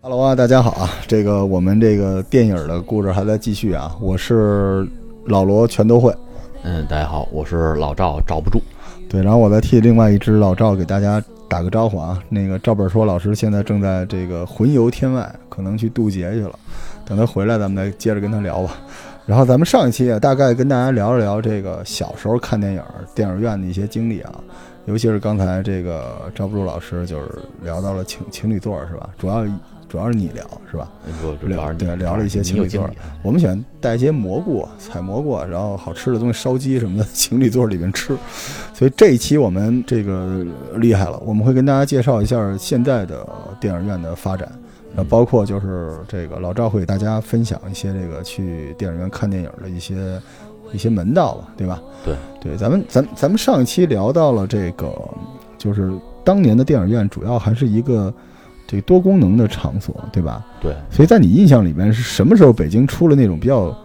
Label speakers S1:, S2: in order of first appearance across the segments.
S1: Hello 啊，大家好啊！这个我们这个电影的故事还在继续啊，我是老罗全都会，
S2: 嗯，大家好，我是老赵，找不住。
S1: 对，然后我再替另外一只老赵给大家打个招呼啊。那个赵本说老师现在正在这个魂游天外，可能去渡劫去了，等他回来咱们再接着跟他聊吧。然后咱们上一期啊，大概跟大家聊一聊这个小时候看电影、电影院的一些经历啊，尤其是刚才这个赵不住老师就是聊到了情情侣座是吧？主要主要是你聊是吧？
S2: 我主
S1: 聊
S2: 要是
S1: 对聊了一些情侣座，
S2: 啊
S1: 我们喜欢带一些蘑菇、采蘑菇，然后好吃的东西，烧鸡什么的，情侣座里面吃。所以这一期我们这个厉害了，我们会跟大家介绍一下现在的电影院的发展，呃，包括就是这个老赵会给大家分享一些这个去电影院看电影的一些一些门道吧，对吧？
S2: 对
S1: 对，咱们咱咱们上一期聊到了这个，就是当年的电影院主要还是一个这个多功能的场所，对吧？
S2: 对，
S1: 所以在你印象里面，是什么时候北京出了那种比较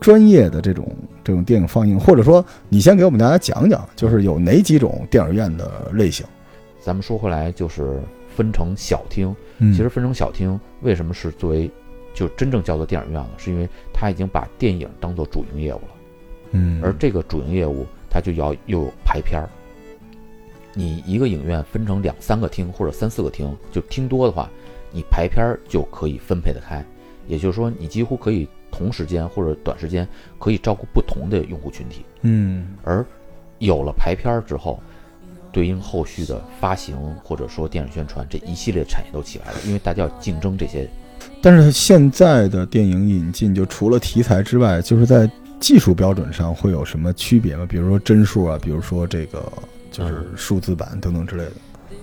S1: 专业的这种这种电影放映？或者说，你先给我们大家讲讲，就是有哪几种电影院的类型？
S2: 咱们说回来，就是分成小厅。
S1: 嗯
S2: 其实分成小厅为什么是作为就真正叫做电影院了？是因为它已经把电影当做主营业务了，
S1: 嗯
S2: 而这个主营业务它就要又有排片儿。你一个影院分成两三个厅或者三四个厅，就厅多的话，你排片儿就可以分配得开。也就是说，你几乎可以同时间或者短时间可以照顾不同的用户群体。
S1: 嗯
S2: 而有了排片儿之后，对应后续的发行或者说电影宣传这一系列产业都起来了，因为大家要竞争这些。
S1: 但是现在的电影引进，就除了题材之外，就是在技术标准上会有什么区别吗？比如说帧数啊，比如说这个就是数字版等等之类的。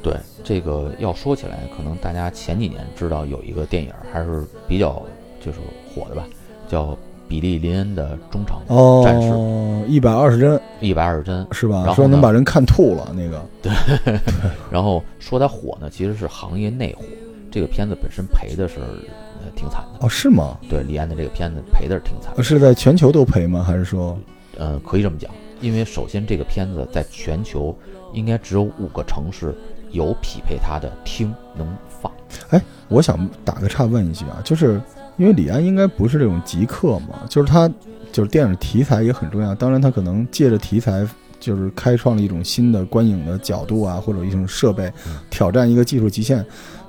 S2: 对这个要说起来，可能大家前几年知道有一个电影还是比较就是火的吧，叫比利林恩的中场战士
S1: 哦，一百二十帧
S2: 一百二十帧。
S1: 是
S2: 然后
S1: 吧？
S2: 呢
S1: 说能把人看吐了那个。
S2: 然后说它火呢，其实是行业内火。这个片子本身赔的是呃挺惨的，
S1: 哦，是吗？
S2: 对李安的这个片子赔的是挺惨的。
S1: 是在全球都赔吗？还是说？
S2: 呃，可以这么讲，因为首先这个片子在全球应该只有五个城市有匹配它的厅能放。
S1: 我想打个岔问一句啊，就是因为李安应该不是这种极客嘛，就是他就是电影题材也很重要，当然他可能借着题材就是开创了一种新的观影的角度啊，或者一种设备
S2: 嗯
S1: 挑战一个技术极限。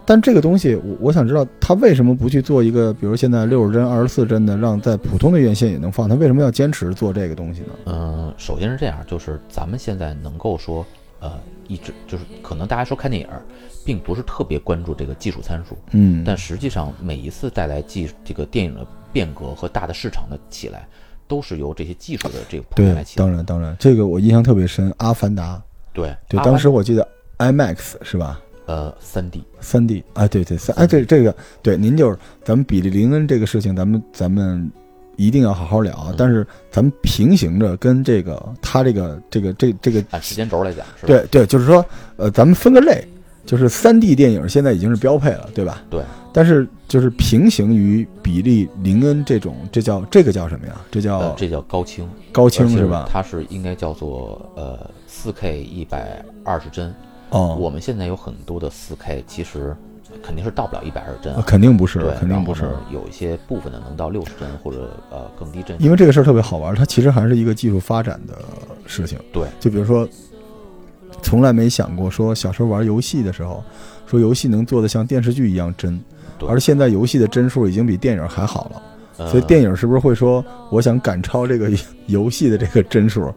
S1: 但这个东西，我我想知道他为什么不去做一个，比如现在六十帧、二十四帧的，让在普通的院线也能放，他为什么要坚持做这个东西呢？
S2: 嗯、首先是这样，就是咱们现在能够说，呃，一直就是可能大家说看电影儿，并不是特别关注这个技术参数，
S1: 嗯，
S2: 但实际上每一次带来技这个电影的变革和大的市场的起来，都是由这些技术的这个捧
S1: 对
S2: 来，起来
S1: 当。然当然，这个我印象特别深，《阿凡达》
S2: 对
S1: 对，
S2: 阿
S1: 当
S2: 凡
S1: 时我记得 IMAX 是吧？
S2: 呃三 D
S1: 三 D 啊，对对三哎对这个对，您就是咱们比利林恩这个事情，咱们咱们一定要好好聊啊
S2: 嗯。
S1: 但是咱们平行着跟这个他这个这个这这个
S2: 按时间轴来讲是吧？
S1: 对对，就是说呃，咱们分个类，就是三 D 电影现在已经是标配了，对吧？
S2: 对。
S1: 但是就是平行于比利林恩这种，这叫这个叫什么呀？这
S2: 呃，
S1: 叫
S2: 这叫高清。
S1: 高
S2: 高
S1: 清是吧？
S2: 它是应该叫做呃四 K 一百二十帧。
S1: 哦，
S2: 我们现在有很多的四 K，其实肯定是到不了一百二十帧
S1: 啊
S2: 啊，
S1: 肯定不是
S2: 对，，
S1: 肯定不是
S2: 然。后呢有一些部分呢能到六十帧或者呃更低帧。
S1: 因为这个事儿特别好玩儿，它其实还是一个技术发展的事情。
S2: 对，
S1: 就比如说，从来没想过说小时候玩游戏的时候，说游戏能做的像电视剧一样真，
S2: 对
S1: 而现在游戏的帧数已经比电影还好了，
S2: 呃
S1: 所以电影是不是会说我想赶超这个 游戏的这个帧数？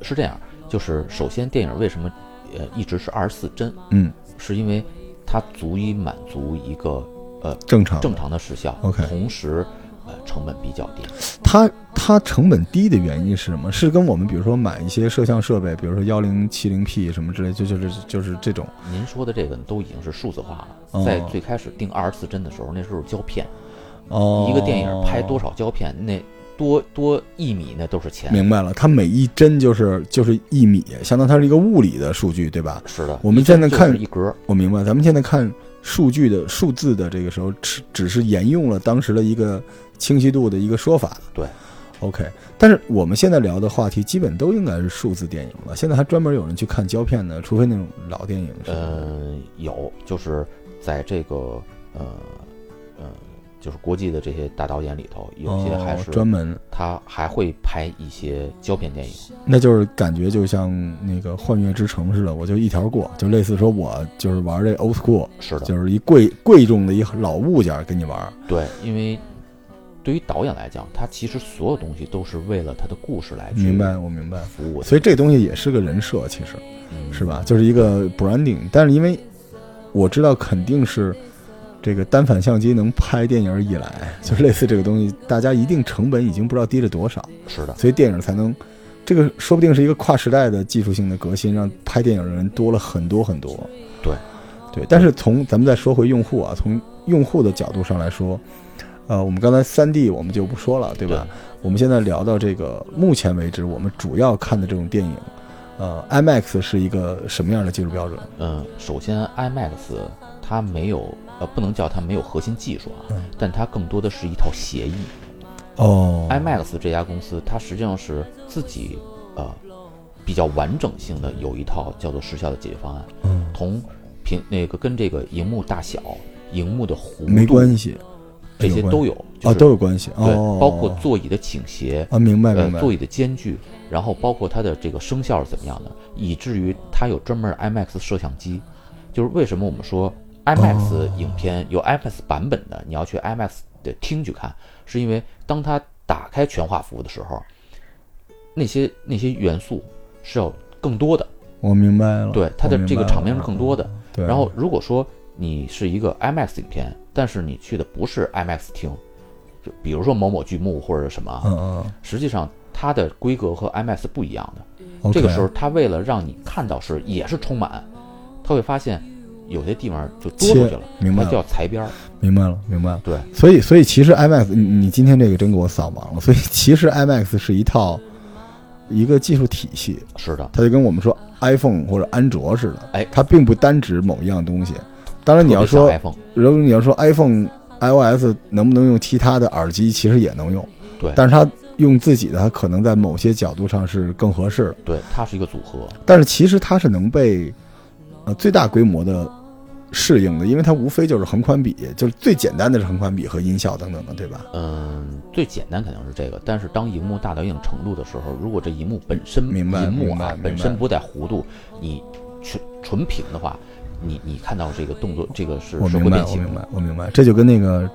S2: 是这样，就是首先电影为什么呃一直是二十四帧，
S1: 嗯，
S2: 是因为它足以满足一个呃
S1: 正常。
S2: 正常的视效
S1: 啊 OK
S2: 同时呃成本比较低。
S1: 它它成本低的原因是什么？是跟我们比如说买一些摄像设备，比如说幺零七零 P 什么之类，就就是就是这种。
S2: 您说的这个都已经是数字化
S1: 哦
S2: 了，在最开始定二十四帧的时候，那时候是胶片。
S1: 哦，
S2: 一个电影拍多少胶片，那多多一米那都是钱。
S1: 明白了，它每一帧就是就是一米，相当于它是一个物理的数据，对吧？
S2: 是的，
S1: 我们现在看
S2: 就是一格，
S1: 我明白，咱们现在看数据的数字的这个时候，只只是沿用了当时的一个清晰度的一个说法。
S2: 对
S1: ，OK。但是我们现在聊的话题基本都应该是数字电影了。现在还专门有人去看胶片的，
S2: 呃
S1: 除非那种老电影。是吧，
S2: 呃，有就是在这个呃呃，就是国际的这些大导演里头，有些还
S1: 哦
S2: 是，
S1: 专门，
S2: 他还会拍一些胶片电影。
S1: 那就是感觉就像那个《幻乐之城》似的，我就一条过，就类似说我就是玩这 old school，
S2: 是的，
S1: 就是一贵贵重的一老物件儿给你玩儿。
S2: 对，因为对于导演来讲，他其实所有东西都是为了他的故事来去
S1: 明白，我明白。
S2: 服务的，
S1: 所以这东西也是个人设，其实
S2: 嗯
S1: 是？吧？就是一个 branding，但是因为我知道肯定是这个单反相机能拍电影以来，就是类似这个东西，大家一定成本已经不知道低了多少，
S2: 是的，
S1: 所以电影才能。这个说不定是一个跨时代的技术性的革新，让拍电影的人多了很多很多。
S2: 对，
S1: 对。但是从咱们再说回用户啊，从用户的角度上来说，呃，我们刚才三 D 我们就不说了，对
S2: 对
S1: 吧？？我们现在聊到这个，目前为止我们主要看的这种电影，呃，IMAX 是一个什么样的技术标准？
S2: 嗯，首先 IMAX 它没有呃，不能叫它没有核心技术啊，
S1: 嗯
S2: 但它更多的是一套协议。
S1: 哦
S2: IMAX 这家公司它实际上是自己呃比较完整性的有一套叫做时效的解决方案，
S1: 嗯，
S2: 同屏那个跟这个荧幕大小、荧幕的弧度
S1: 没关系，
S2: 这些都
S1: 有关系啊，
S2: 有，就是
S1: 都有关系
S2: 对，
S1: 哦，
S2: 包括座椅的倾斜，
S1: 啊，明白
S2: 呃
S1: 明，白，
S2: 座椅的间距，然后包括它的这个声效是怎么样的，以至于它有专门 IMAX 摄像机。就是为什么我们说
S1: 哦
S2: IMAX 影片有 IMAX 版本的，你要去 IMAX 的厅去看，是因为当它打开全画幅的时候，那些那些元素是要更多的，
S1: 我明白了，
S2: 对它的这个场面是更多
S1: 的。
S2: 的。
S1: 对，
S2: 然后如果说你是一个 IMAX 影片，但是你去的不是 IMAX 厅，就比如说某某剧目或者什么啊，
S1: 嗯嗯
S2: 实际上它的规格和 IMAX 不一样的。
S1: ，OK，
S2: 嗯这个时候，它为了让你看到是也是充满，它会发现有些地方就多出去了，
S1: 明白了
S2: 它就要裁边儿。
S1: 明白了明白了。
S2: 对，
S1: 所以所以其实 IMAX，你你今天这个真给我扫盲了。所以其实 IMAX 是一套一个技术体系，
S2: 是的，
S1: 它就跟我们说 iPhone 或者安卓似的，
S2: 哎
S1: 它并不单指某一样东西。当然你要
S2: 特
S1: 说
S2: 别，像 iPhone，
S1: 如果你要说 iPhone、iOS 能不能用其他的耳机，其实也能用，
S2: 对
S1: 但是它用自己的，它可能在某些角度上是更合适的。
S2: 对，它是一个组合，
S1: 但是其实它是能被呃最大规模的适应的，因为它无非就是横宽比，就是最简单的是横宽比和音效等等的，对吧？
S2: 嗯，最简单肯定是这个，但是当荧幕大到一定程度的时候，如果这荧幕本身，
S1: 明白
S2: 荧幕
S1: 明白
S2: 啊
S1: 明白
S2: 本身不带弧度，你纯纯屏的话，你你看到这个动作，这个是
S1: 我
S2: 是
S1: 明
S2: 会
S1: 白，
S2: 变
S1: 我
S2: 形
S1: 明
S2: 的，
S1: 白，我明白，这就跟那个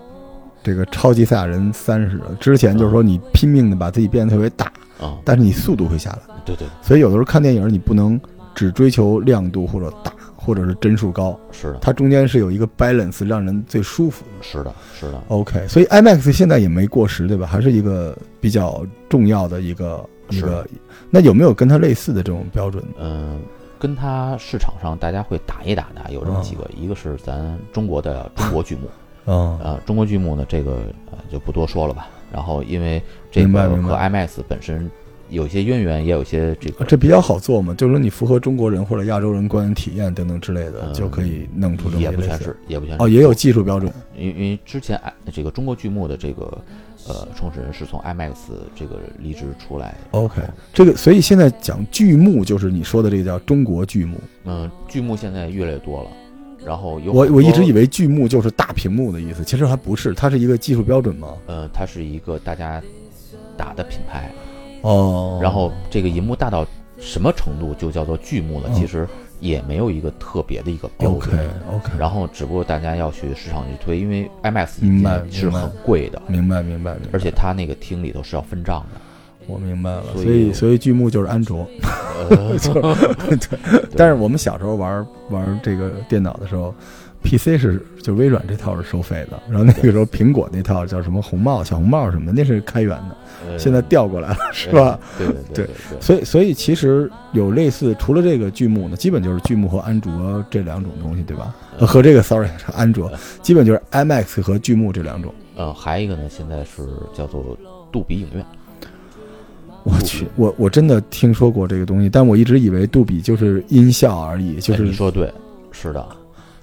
S1: 这个超级赛亚人三似的，之前就是说你拼命的把自己变得特别大，
S2: 嗯，
S1: 但是你速度会下来，
S2: 对对，
S1: 所以有的时候看电影你不能只追求亮度或者大或者是帧数高，
S2: 是的，
S1: 它中间是有一个 balance 让人最舒服的。
S2: 是的，是的，
S1: OK，所以 IMAX 现在也没过时，对吧？还是一个比较重要的一个一
S2: 是
S1: 个。那有没有跟它类似的这种标准呢？
S2: 嗯，跟它市场上大家会打一打的有这么几
S1: 嗯
S2: 个，一个是咱中国的中国剧目，
S1: 啊，
S2: 呃，中国剧目呢这个呃就不多说了吧。然后因为这
S1: 明白
S2: 个
S1: 明
S2: 和
S1: 白
S2: IMAX 本身有一些渊源，也有一些这个
S1: 啊这比较好做嘛，就是说你符合中国人或者亚洲人观影体验等等之类的，
S2: 嗯
S1: 就可以弄出这么一
S2: 也
S1: 个
S2: 不
S1: 类
S2: 全
S1: 似。
S2: 是，也不全是
S1: 哦，也有技术标准。
S2: 因为因为之前哎这个中国剧目的这个呃创始人是从 IMAX 这个离职出来。
S1: OK，这个所以现在讲剧目，就是你说的这个叫中国剧目。
S2: 嗯，剧目现在越来越多了，然后有
S1: 我
S2: 很
S1: 我一
S2: 多
S1: 直以为剧目就是大屏幕的意思，其实还不是，它是一个技术标准嘛。
S2: 呃它是一个大家打的品牌，
S1: 哦
S2: 然后这个银幕大到什么程度就叫做剧目了，
S1: 嗯
S2: 其实也没有一个特别的一个标
S1: OK
S2: 准。
S1: OK，
S2: 然后只不过大家要去市场去推，因为 IMAX
S1: 明白
S2: 已经是很贵的，
S1: 明白明白明白。
S2: 而且它那个厅里头是要分账
S1: 我明白了，
S2: 所以
S1: 所以所以剧目就是安卓，
S2: 的。
S1: 就是
S2: 呃
S1: 但是我们小时候玩玩这个电脑的时候，PC 是就微软这套是收费的，然后那个时候苹果那套叫什么红帽、小红帽什么的，那是开源的，
S2: 呃
S1: 现在调过来了，是吧？？
S2: 对对对对对。
S1: 所以所以其实有类似，除了这个剧目呢，基本就是剧目和安卓这两种东西，对吧？呃和这个 sorry 是安卓，基本就是 IMAX 和剧目这两种。
S2: 呃，还有一个呢，现在是叫做杜比影院。
S1: 我去，我我真的听说过这个东西，但我一直以为杜比就是音效而已，就
S2: 哎
S1: 是
S2: 你说对，是的，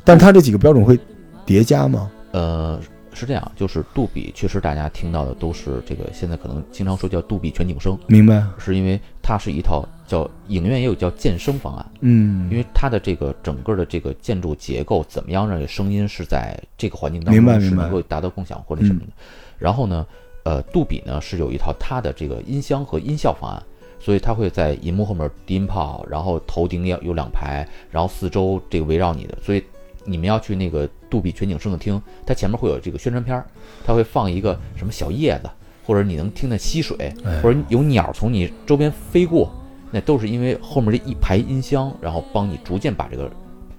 S1: 但它这几个标准会叠加吗？
S2: 呃，是这样，就是杜比确实大家听到的都是这个，现在可能经常说叫杜比全景声，
S1: 明白？
S2: 是因为它是一套叫影院也有叫建声方案，
S1: 嗯，
S2: 因为它的这个整个的这个建筑结构怎么样让这声音是在这个环境当
S1: 明白
S2: 中是
S1: 明白
S2: 能够达到共享或者什么的。然后呢，呃，杜比呢是有一套它的这个音箱和音效方案。所以它会在银幕后面低音炮，然后头顶要有两排，然后四周这个围绕你的，所以你们要去那个杜比全景声的厅，它前面会有这个宣传片儿，它会放一个什么小叶子，或者你能听见溪水，或者有鸟从你周边飞过，那都是因为后面这一排音箱，然后帮你逐渐把这个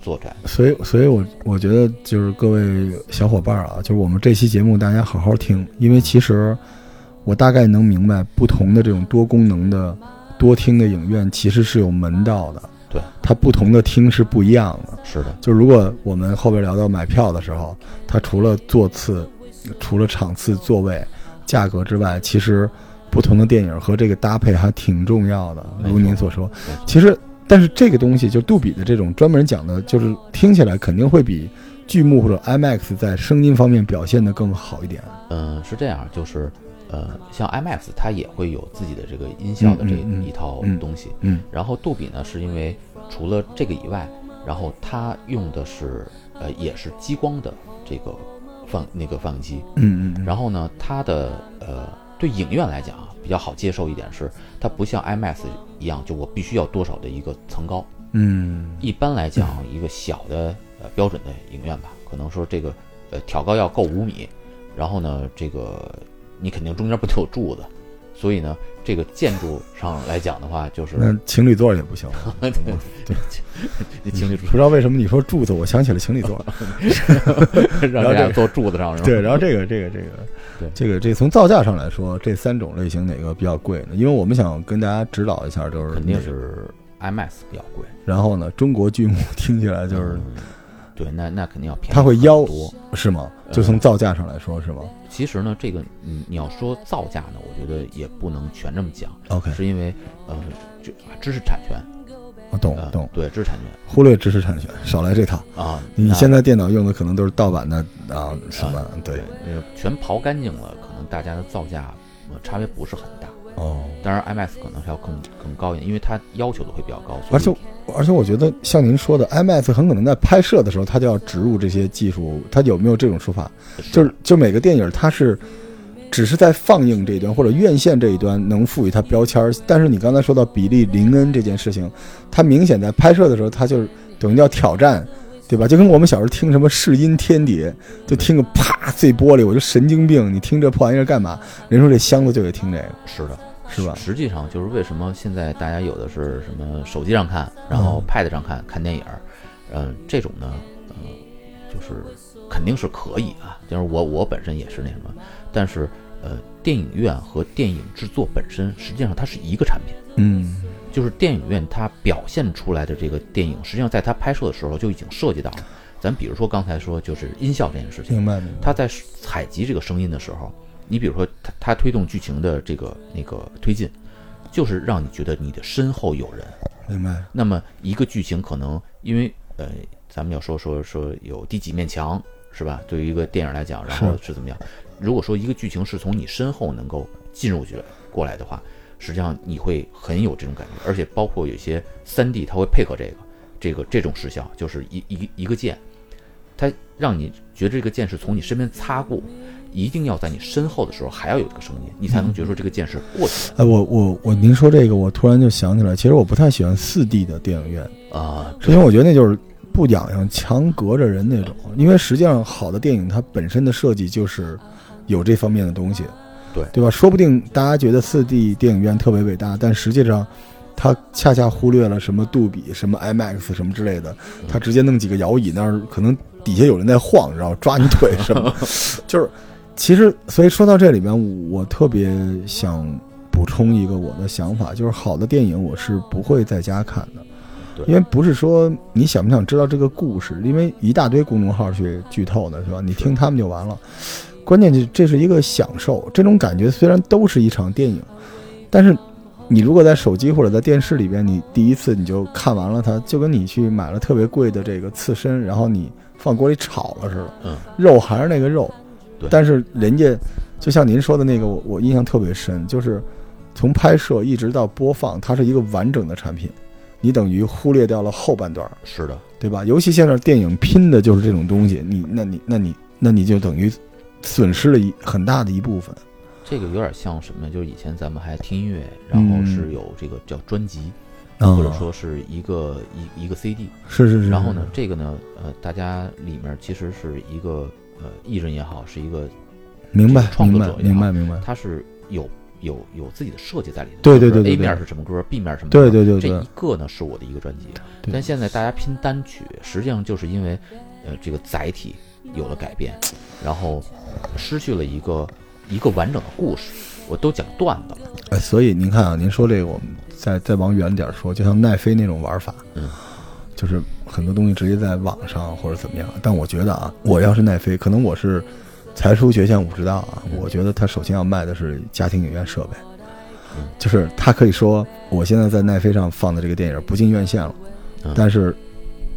S2: 做出来。
S1: 所以，所以我我觉得就是各位小伙伴儿啊，就是我们这期节目大家好好听，因为其实我大概能明白，不同的这种多功能的多厅的影院其实是有门道的，
S2: 对，
S1: 它不同的厅是不一样的。
S2: 是的，
S1: 就如果我们后边聊到买票的时候，它除了座次、除了场次、座位、价格之外，其实不同的电影和这个搭配还挺重要的。
S2: 没错
S1: 如您所说
S2: 没错，
S1: 其实但是这个东西就杜比的这种专门讲的，就是听起来肯定会比剧目或者 IMAX 在声音方面表现的更好一点。
S2: 嗯，是这样，就是呃，像 IMAX 它也会有自己的这个音效的这
S1: 嗯嗯嗯
S2: 一套
S1: 嗯
S2: 东西，
S1: 嗯
S2: 然后杜比呢，是因为除了这个以外，然后它用的是呃也是激光的这个放那个放映机，
S1: 嗯嗯，
S2: 然后呢，它的呃对影院来讲啊比较好接受一点是，它不像 IMAX 一样，就我必须要多少的一个层高。
S1: 嗯
S2: 一般来讲，一个小的呃标准的影院吧，可能说这个呃挑高要够五米，然后呢，这个你肯定中间不得有柱子，所以呢，这个建筑上来讲的话，就是
S1: 那情侣座也不行，
S2: 你 情侣
S1: 不知道为什么你说柱子，我想起了情侣座。
S2: 让
S1: 然后这
S2: 大家
S1: 个
S2: 坐柱子上是吧？
S1: 嗯对，然后这个这个这个，
S2: 对
S1: 这个这从造价上来说，这三种类型哪个比较贵呢？因为我们想跟大家指导一下，就是
S2: 肯定
S1: 哪个。
S2: 是 IMAX 比较贵，
S1: 然后呢，中国剧目听起来就是
S2: 嗯对，那那肯定要便宜
S1: 它会
S2: 很
S1: 腰
S2: 多。嗯
S1: 是吗？就从造价上来说是吗
S2: 其实呢，这个你你要说造价呢，我觉得也不能全这么讲，
S1: ？OK，
S2: 是因为呃，这知识产权，
S1: 我懂
S2: 呃，
S1: 懂，
S2: 对，知识产权
S1: 忽略知识产权，少来这套。
S2: 啊。
S1: 你
S2: 那
S1: 现在电脑用的可能都是盗版的啊，什么？对，
S2: 呃全刨干净了，可能大家的造价呃差别不是很大。
S1: 哦。
S2: 当然，IMAX 可能是要更更高一点，因为它要求的会比较高。所以
S1: 而且而且我觉得像您说的，IMAX 很可能在拍摄的时候，它就要植入这些技术，它有没有这种说法？就是就每个电影它是只是在放映这一端或者院线这一端能赋予它标签儿，但是你刚才说到比利林恩这件事情，它明显在拍摄的时候，它就是等于叫挑战。对吧？就跟我们小时候听什么试音天碟，就听个啪碎玻璃，我就神经病！你听这破玩意儿干嘛？人说这箱子就得听这个，
S2: 是的，
S1: 是吧
S2: 实际上就是为什么现在大家有的是什么手机上看，然后
S1: 嗯
S2: Pad 上看看电影儿，嗯、这种呢，嗯、就是肯定是可以啊。就是我我本身也是那什么，但是呃，电影院和电影制作本身实际上它是一个产品，
S1: 嗯，
S2: 就是电影院它表现出来的这个电影，实际上在它拍摄的时候就已经涉及到了。咱比如说刚才说就是音效这件事情，
S1: 明白明白。
S2: 他在采集这个声音的时候，你比如说他他推动剧情的这个那个推进，就是让你觉得你的身后有人。
S1: 明白，
S2: 那么一个剧情可能因为呃，咱们要说说说有第几面墙是吧？对于一个电影来讲，然后是怎么样？如果说一个剧情是从你身后能够进入去过来的话，实际上你会很有这种感觉，而且包括有些三 D 它会配合这个这个这种视效，就是一一一个剑，它让你觉得这个剑是从你身边擦过。一定要在你身后的时候，还要有这个声音，你才能觉出这个剑是过去
S1: 哎，我我我，您说这个，我突然就想起来，其实我不太喜欢四 D 的电影院，
S2: 的啊。
S1: 因为我觉得那就是不痒痒，墙隔着人那种。因为实际上，好的电影它本身的设计就是有这方面的东西，
S2: 对
S1: 对吧？说不定大家觉得四 D 电影院特别伟大，但实际上。它恰恰忽略了什么杜比、什么 IMAX 什么之类的，它直接弄几个摇椅那儿，可能底下有人在晃，然后抓你腿什么，就是其实，所以说到这里面，我特别想补充一个我的想法，就是好的电影我是不会在家看的，
S2: 对
S1: 因为不是说你想不想知道这个故事，因为一大堆公众号去剧透的是吧？你听他们就完了。关键是这是一个享受，这种感觉虽然都是一场电影，但是你如果在手机或者在电视里边，你第一次你就看完了它，就跟你去买了特别贵的这个刺身，然后你放锅里炒了似的，
S2: 嗯，
S1: 肉还是那个肉，
S2: 对对
S1: 但是人家就像您说的那个，我我印象特别深，就是从拍摄一直到播放，它是一个完整的产品，你等于忽略掉了后半段儿，
S2: 是的，
S1: 对吧？尤其现在电影拼的就是这种东西，你那你那你那你就等于损失了一很大的一部分。
S2: 这个有点像什么？就是以前咱们还听音乐，然后
S1: 嗯
S2: 是有这个叫专辑，
S1: 嗯嗯
S2: 或者说是一个一一个 CD。
S1: 是是是，
S2: 然后呢，这个呢，呃，大家里面其实是一个呃艺人也好，是一个
S1: 明白
S2: 创
S1: 明
S2: 作
S1: 白
S2: 者也
S1: 明白明白，
S2: 它是有有有自己的设计在里头。
S1: 对对
S2: 就
S1: 对
S2: 是
S1: 对
S2: A
S1: 对
S2: 面是什么歌，B 面是什么
S1: 对
S2: 歌，
S1: 对对
S2: 这
S1: 对
S2: 一，个呢是我的一个专辑。
S1: 对
S2: 但现在大家拼单曲，实际上就是因为呃这个载体有了改变，然后失去了一个一个完整的故事。我都讲段子了，
S1: 哎，所以您看啊，您说这个，我们再再往远点儿说，就像奈飞那种玩法，
S2: 嗯，
S1: 就是很多东西直接在网上或者怎么样。但我觉得啊，我要是奈飞，可能我是才疏学浅，我不知道啊。我觉得他首先要卖的是家庭影院设备
S2: 嗯，
S1: 就是他可以说，我现在在奈飞上放的这个电影不进院线了
S2: 嗯，
S1: 但是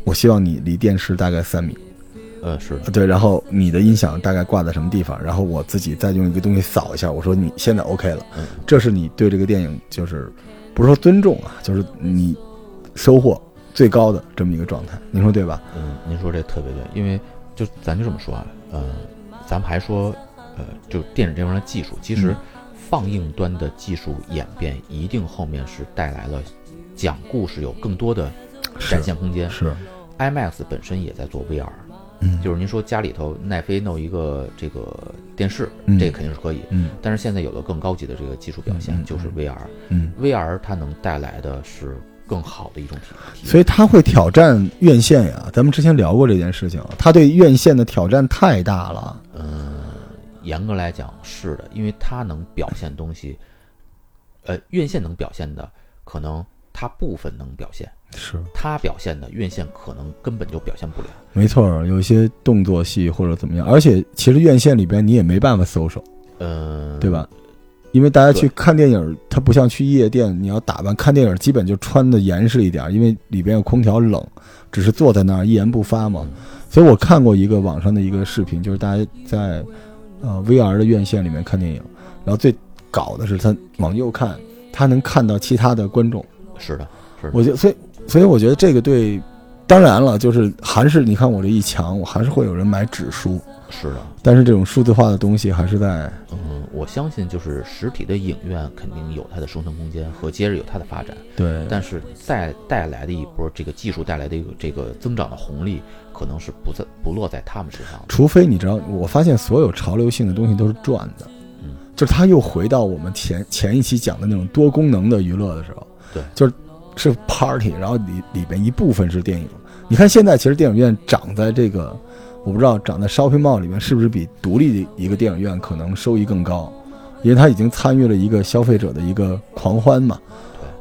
S1: 我希望你离电视大概三米，
S2: 呃，是
S1: 对，然后你的音响大概挂在什么地方，然后我自己再用一个东西扫一下，我说你现在 OK 了
S2: 嗯，
S1: 这是你对这个电影就是不是说尊重啊，就是你收获最高的这么一个状态，您说对吧？
S2: 嗯，您说这特别对，因为就咱就这么说啊，呃，咱们还说，呃，就电影这方面的技术，其实
S1: 嗯
S2: 放映端的技术演变，一定后面是带来了讲故事有更多的展现空间。
S1: 是，
S2: IMAX 本身也在做 VR，
S1: 嗯，
S2: 就是您说家里头奈飞弄一个这个电视，
S1: 嗯
S2: 这个肯定是可以，
S1: 嗯
S2: 但是现在有了更高级的这个技术表
S1: 嗯
S2: 现，
S1: 嗯
S2: 就是 VR，VR、
S1: 嗯，
S2: VR 它能带来的是更好的一种体体验。
S1: 所以他会挑战院线呀，咱们之前聊过这件事情，他对院线的挑战太大了，
S2: 嗯，严格来讲是的，因为它能表现东西，呃，院线能表现的，可能它部分能表现，
S1: 是
S2: 它表现的院线可能根本就表现不了。
S1: 没错儿，有一些动作戏或者怎么样，而且其实院线里边你也没办法搜手。
S2: 嗯，
S1: 对吧？？因为大家去
S2: 对
S1: 看电影，它不像去夜店，你要打扮。看电影基本就穿的严实一点，因为里边有空调冷，只是坐在那儿一言不发嘛
S2: 嗯。
S1: 所以我看过一个网上的一个视频，就是大家在呃 VR 的院线里面看电影，然后最搞的是他往右看，他能看到其他的观众。
S2: 是的，是的。
S1: 我觉得，所以所以我觉得这个对，当然了，就是还是你看我这一墙，我还是会有人买纸书，
S2: 是的，
S1: 但是这种数字化的东西还是在
S2: 嗯，我相信就是实体的影院肯定有它的生存空间和接着有它的发展，
S1: 对
S2: 但是再带来的一波这个技术带来的一个这个增长的红利，可能是不在不落在他们身上的。
S1: 除非你知道，我发现所有潮流性的东西都是赚的，
S2: 嗯，
S1: 就是它又回到我们前前一期讲的那种多功能的娱乐的时候，
S2: 对
S1: 就是是 party，然后里里边一部分是电影。你看现在其实电影院长在这个，我不知道长在 shopping mall 里面是不是比独立的一个电影院可能收益更高，因为它已经参与了一个消费者的一个狂欢嘛，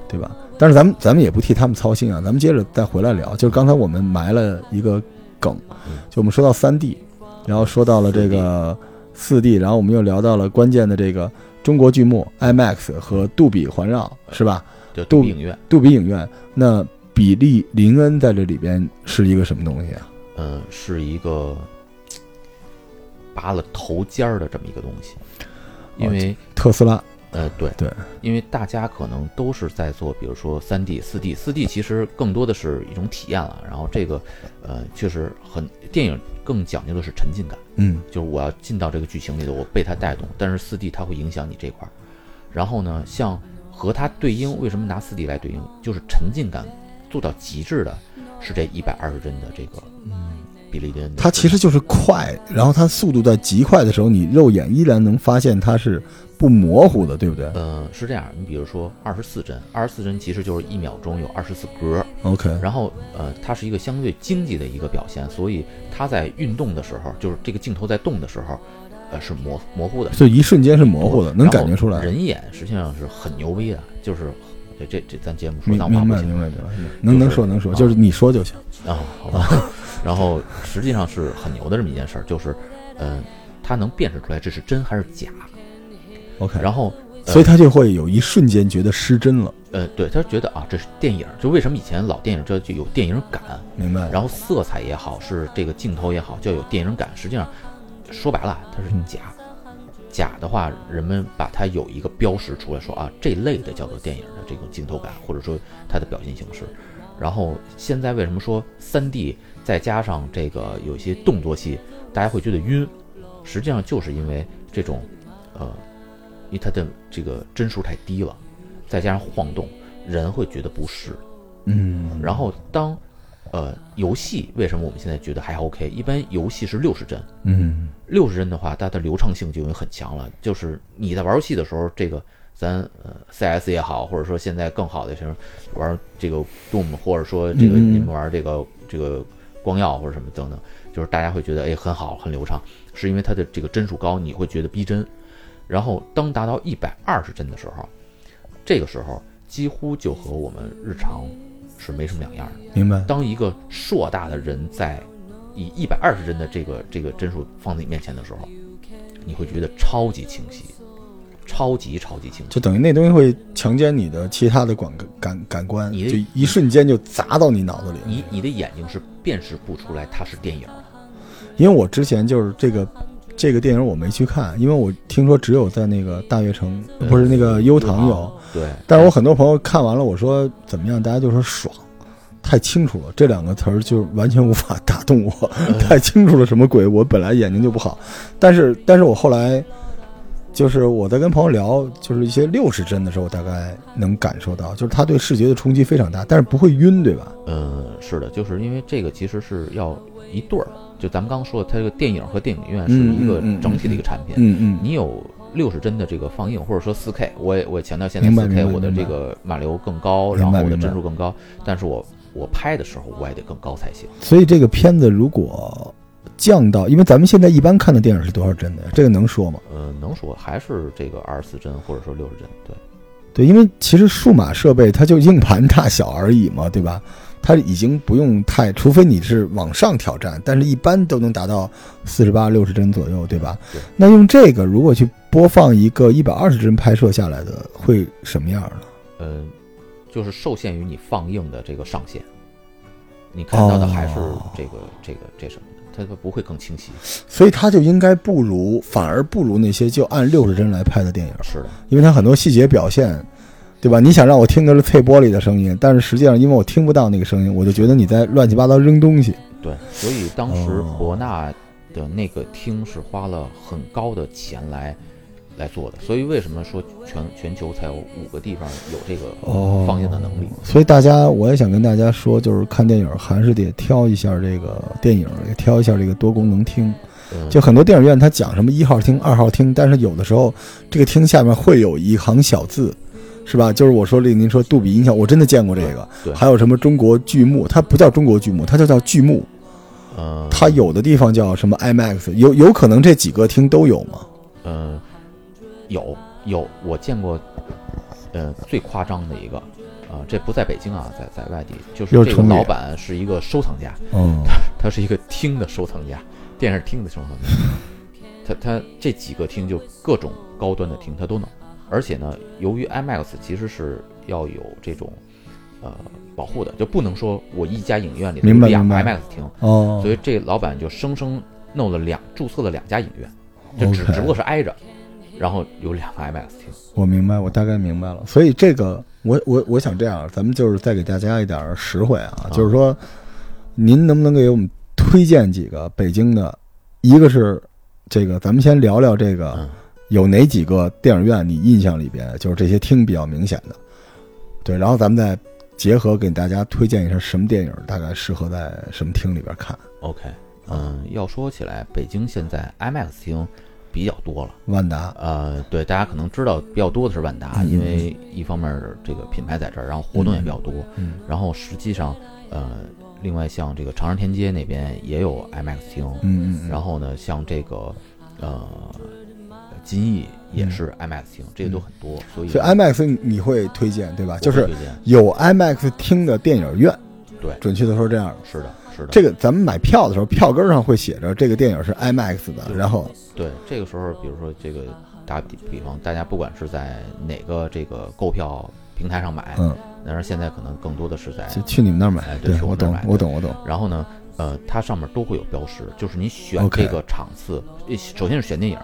S1: 对吧？但是咱们咱们也不替他们操心啊，咱们接着再回来聊。就是刚才我们埋了一个梗
S2: 嗯，
S1: 就我们说到三 D，然后说到了这个四 D，然后我们又聊到了关键的这个中国剧目 IMAX 和杜比环绕，是吧？
S2: 就
S1: 杜
S2: 独立影院，
S1: 杜比影院，那比利林恩在这里边是一个什么东西啊？
S2: 嗯，是一个嘖拔了头尖儿的这么一个东西，因为、
S1: 特斯拉，
S2: 呃，对
S1: 对，
S2: 因为大家可能都是在做，比如说三 D、四 D、四 D，其实更多的是一种体验了。然后这个，呃，确实很电影更讲究的是沉浸感，
S1: 嗯
S2: 就是我要进到这个剧情里头，我被它带动。但是四 D 它会影响你这块儿。然后呢，像和它对应，为什么拿四 D 来对应？就是沉浸感做到极致的，是这一百二十帧的这个
S1: 嗯，
S2: 比利林恩的
S1: 它其实就是快，然后它速度在极快的时候，你肉眼依然能发现它是不模糊的，对不对
S2: 呃，是这样，你比如说二十四帧，二十四帧其实就是一秒钟有二十四格，
S1: ？OK，
S2: 然后呃，它是一个相对经济的一个表现，所以它在运动的时候，就是这个镜头在动的时候，呃，是模模糊的，
S1: 就一瞬间是模糊的，能
S2: 然后
S1: 感觉出来。
S2: 人眼实际上是很牛逼的，就是这这这咱节目说
S1: 明
S2: 脏话
S1: 明
S2: 不
S1: 白
S2: 行
S1: 明白明白，能能说能说，
S2: 啊
S1: 就是你说就行。
S2: 啊，好吧。 然后实际上是很牛的这么一件事儿，就是呃，它能辨识出来这是真还是假，
S1: OK，
S2: 然后。呃
S1: 所以他就会有一瞬间觉得失真了，
S2: 呃，对他觉得啊，这是电影儿，就为什么以前老电影这就有电影感，
S1: 明白？
S2: 然后色彩也好，是这个镜头也好，就有电影感。实际上，说白了，它是
S1: 嗯
S2: 假。假的话，人们把它有一个标识出来说啊，这类的叫做电影的这种镜头感，或者说它的表现形式。然后现在为什么说三 D 再加上这个有一些动作戏，大家会觉得晕？实际上就是因为这种，呃，因为它的这个帧数太低了，再加上晃动，人会觉得不适。
S1: 嗯，
S2: 然后当，呃，游戏为什么我们现在觉得还 OK？一般游戏是六十帧，
S1: 嗯
S2: 六十帧的话，它的流畅性就已经很强了。就是你在玩游戏的时候，这个咱呃 CS 也好，或者说现在更好的像玩这个 Doom，或者说这个
S1: 嗯嗯
S2: 你们玩这个这个光耀或者什么等等，就是大家会觉得哎很好很流畅，是因为它的这个帧数高，你会觉得逼真。然后当达到一百二十帧的时候，这个时候几乎就和我们日常是没什么两样的。
S1: 明白，
S2: 当一个硕大的人在以一百二十帧的这个这个帧数放在你面前的时候，你会觉得超级清晰，超级超级清晰。
S1: 就等于那东西会强奸你的其他的感感感官，
S2: 你的
S1: 就一瞬间就砸到你脑子里。
S2: 你你的眼睛是辨识不出来它是电影的，
S1: 因为我之前就是这个这个电影我没去看，因为我听说只有在那个大悦城，
S2: 嗯
S1: 不是那个优唐
S2: 优
S1: 有。
S2: 对。
S1: 但是我很多朋友看完了，我说怎么样，大家就说爽，太清楚了，这两个词儿就完全无法打动我，太清楚了什么鬼？我本来眼睛就不好，但是但是我后来。就是我在跟朋友聊，就是一些六十帧的时候，我大概能感受到，就是他对视觉的冲击非常大，但是不会晕，对吧？
S2: 嗯，是的，就是因为这个其实是要一对儿，就咱们刚刚说的，它这个电影和电影院是一个
S1: 嗯嗯嗯嗯
S2: 整体的一个产品。
S1: 嗯嗯，
S2: 你有六十帧的这个放映，或者说四 K，我也我也强调现在
S1: 明白
S2: 四
S1: 明
S2: K
S1: 白
S2: 我的这
S1: 明白
S2: 个码流更高，
S1: 明白
S2: 然后我的
S1: 明白
S2: 帧数更高，但是我我拍的时候我也得更高才行。
S1: 所以这个片子如果降到，因为咱们现在一般看的电影是多少帧的呀？这个能说吗？
S2: 呃，能说还是这个二十四帧或者说六十帧，对，
S1: 对，因为其实数码设备它就硬盘大小而已嘛，对吧？ 它已经不用太，除非你是往上挑战，但是一般都能达到四十八、六十帧左右，对吧
S2: 对？
S1: 那用这个如果去播放一个一百二十帧拍摄下来的，会什么样呢？
S2: 呃，就是受限于你放映的这个上限，你看到的还是
S1: 哦
S2: 这个、这个这什么的，它它不会更清晰。
S1: 所以它就应该不如，反而不如那些就按六十帧来拍的电影。
S2: 是的，
S1: 因为它很多细节表现，对吧？你想让我听的是碎玻璃的声音，但是实际上因为我听不到那个声音，我就觉得你在乱七八糟扔东西。
S2: 对，所以当时
S1: 哦
S2: 博纳的那个厅是花了很高的钱来来做的，所以为什么说全全球才有五个地方有这个
S1: 哦
S2: 放映的能力？
S1: 所以大家，我也想跟大家说，就是看电影还是得挑一下这个电影，也挑一下这个多功能厅。
S2: 嗯，
S1: 就很多电影院它讲什么一号厅、二号厅，但是有的时候这个厅下面会有一行小字。是吧？就是我说这个，您说杜比音效，我真的见过这个。
S2: 对
S1: 还有什么中国剧目，它不叫中国剧目，它就叫剧目。
S2: 呃，
S1: 它有的地方叫什么 IMAX，有有可能这几个厅都有吗？
S2: 嗯，有有，我见过，呃，最夸张的一个，啊、这不在北京啊，在在外地，就是
S1: 又
S2: 这个
S1: 重叠
S2: 老板是一个收藏家，
S1: 嗯，
S2: 他是一个厅的收藏家，电视厅的收藏家，他他这几个厅就各种高端的厅他都能，而且呢，由于 IMAX 其实是要有这种，呃，保护的，就不能说我一家影院里头
S1: 明白
S2: 有
S1: 明白
S2: IMAX 厅，
S1: 哦
S2: 所以这老板就生生弄了两注册了两家影院，就只
S1: OK
S2: 只不过是挨着，然后有两个 IMAX 厅。
S1: 我明白，我大概明白了。所以这个，我我我想这样，咱们就是再给大家一点儿实惠啊，
S2: 啊
S1: 就是说，您能不能给我们推荐几个北京的？一个是这个，咱们先聊聊这个、
S2: 嗯
S1: 有哪几个电影院你印象里边就是这些厅比较明显的，对，然后咱们再结合给大家推荐一下什么电影大概适合在什么厅里边看。
S2: OK，嗯，要说起来，北京现在 IMAX 厅比较多了。
S1: 万达，
S2: 呃，对，大家可能知道比较多的是万达，
S1: 嗯
S2: 因为一方面儿这个品牌在这儿，然后活动也比较多。
S1: 嗯
S2: 然后实际上，呃，另外像这个长安天街那边也有 IMAX 厅，
S1: 嗯嗯，
S2: 然
S1: 后
S2: 后呢，像这个呃金逸也是 IMAX 厅，这个都很多，所
S1: 嗯
S2: 以
S1: 所以 IMAX 你你会推荐对吧？
S2: 我
S1: 就是
S2: 推荐
S1: 有 IMAX 厅的电影院，
S2: 对
S1: 准确的说这样。
S2: 是的，是的，
S1: 这个咱们买票的时候，票根上会写着这个电影是 IMAX 的，然后
S2: 对这个时候，比如说这个打比比方，大家不管是在哪个这个购票平台上买，
S1: 嗯，
S2: 但是现在可能更多的是在，
S1: 就去你们那儿买
S2: 哎。对
S1: 对
S2: 去我
S1: 我
S2: 那儿
S1: 懂
S2: 买，
S1: 我懂，我懂。
S2: 然后呢，呃，它上面都会有标识，就是你选
S1: OK
S2: 这个场次呃首先是选电影，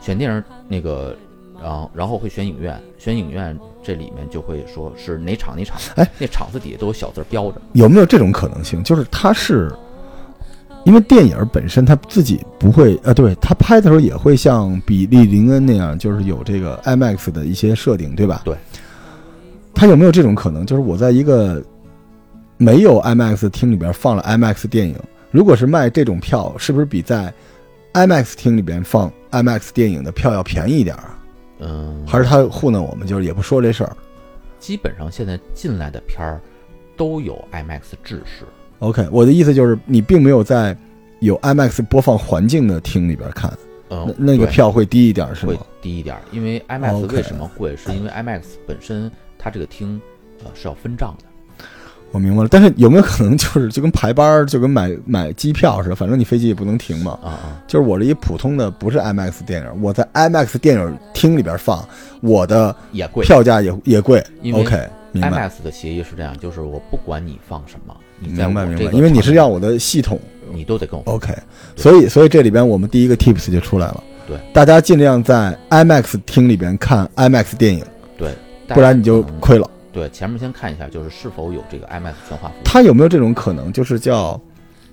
S2: 选电影那个，然后然后会选影院，选影院这里面就会说是哪场哪场，
S1: 哎，
S2: 那场子底下都有小字标着，
S1: 有没有这种可能性？就是它是因为电影本身它自己不会，呃，对，它拍的时候也会像比利林恩那样，就是有这个 IMAX 的一些设定，对吧？
S2: 对。
S1: 它有没有这种可能？就是我在一个没有 IMAX 的厅里边放了 IMAX 电影，如果是卖这种票，是不是比在 IMAX 厅里边放 IMAX 电影的票要便宜一点啊？
S2: 嗯，
S1: 还是他糊弄我们，就是也不说这事儿
S2: 基本上现在进来的片儿都有 IMAX 制式，
S1: ？OK，我的意思就是你并没有在有 IMAX 播放环境的厅里边看。
S2: 嗯，
S1: 那那个
S2: 对
S1: 票会低一点是吗
S2: 会？低一点儿，因为 IMAX
S1: OK
S2: 为什么贵？是因为 IMAX 本身它这个厅呃是要分账的。
S1: 我明白了，但是有没有可能就是 就跟排班儿，就跟买买机票似的，反正你飞机也不能停嘛。
S2: 啊啊，
S1: 就是我这一普通的不是 IMAX 电影，我在 IMAX 电影厅里边放，我的
S2: 也贵。
S1: 票价也也贵。
S2: 因为
S1: OK，明白
S2: IMAX 的协议是这样，就是我不管你放什么，你在
S1: 明白
S2: 我
S1: 明
S2: 这
S1: 白，
S2: 个，
S1: 因为你是要，我哦的系统。
S2: 你都得跟我放。
S1: OK，所以所以这里边我们第一个 tips 就出来了，
S2: 对，
S1: 大家尽量在 IMAX 厅里边看 IMAX 电影，
S2: 对，
S1: 不然你就
S2: 大家可嗯能
S1: 亏了。
S2: 对前面先看一下，就是是否有这个 IMAX 全画幅
S1: 它有没有这种可能，就是叫，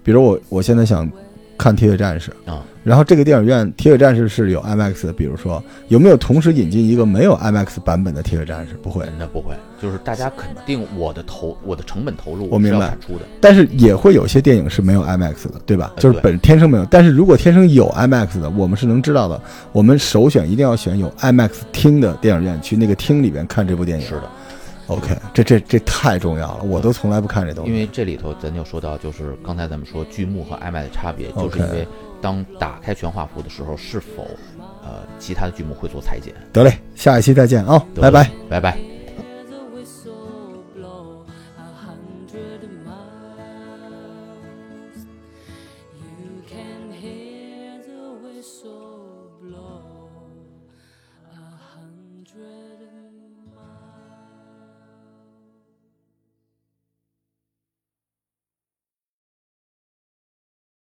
S1: 比如我我现在想看《铁血战士》，
S2: 啊。
S1: 然后这个电影院《铁血战士》是有 IMAX 的，比如说有没有同时引进一个没有 IMAX 版本的《铁血战士》？不会，
S2: 那不会，就是大家肯定我的投我的成本投入
S1: 我明
S2: 是要
S1: 白
S2: 产出的，
S1: 但是也会有些电影是没有 IMAX 的，对吧？
S2: 呃
S1: 就是
S2: 对
S1: 本天生没有。但是如果天生有 IMAX 的，我们是能知道的。我们首选一定要选有 IMAX 厅的电影院，去那个厅里边看这部电影。
S2: 是的。
S1: OK，这这这太重要了，我都从来不看这东西。
S2: 因为这里头咱就说到，就是刚才咱们说剧目和 IMAX 的差别，就
S1: OK
S2: 是因为当打开全画幅的时候，是否呃其他的剧目会做裁剪？
S1: 得嘞，下一期再见啊、
S2: 得
S1: 拜拜。
S2: 拜拜。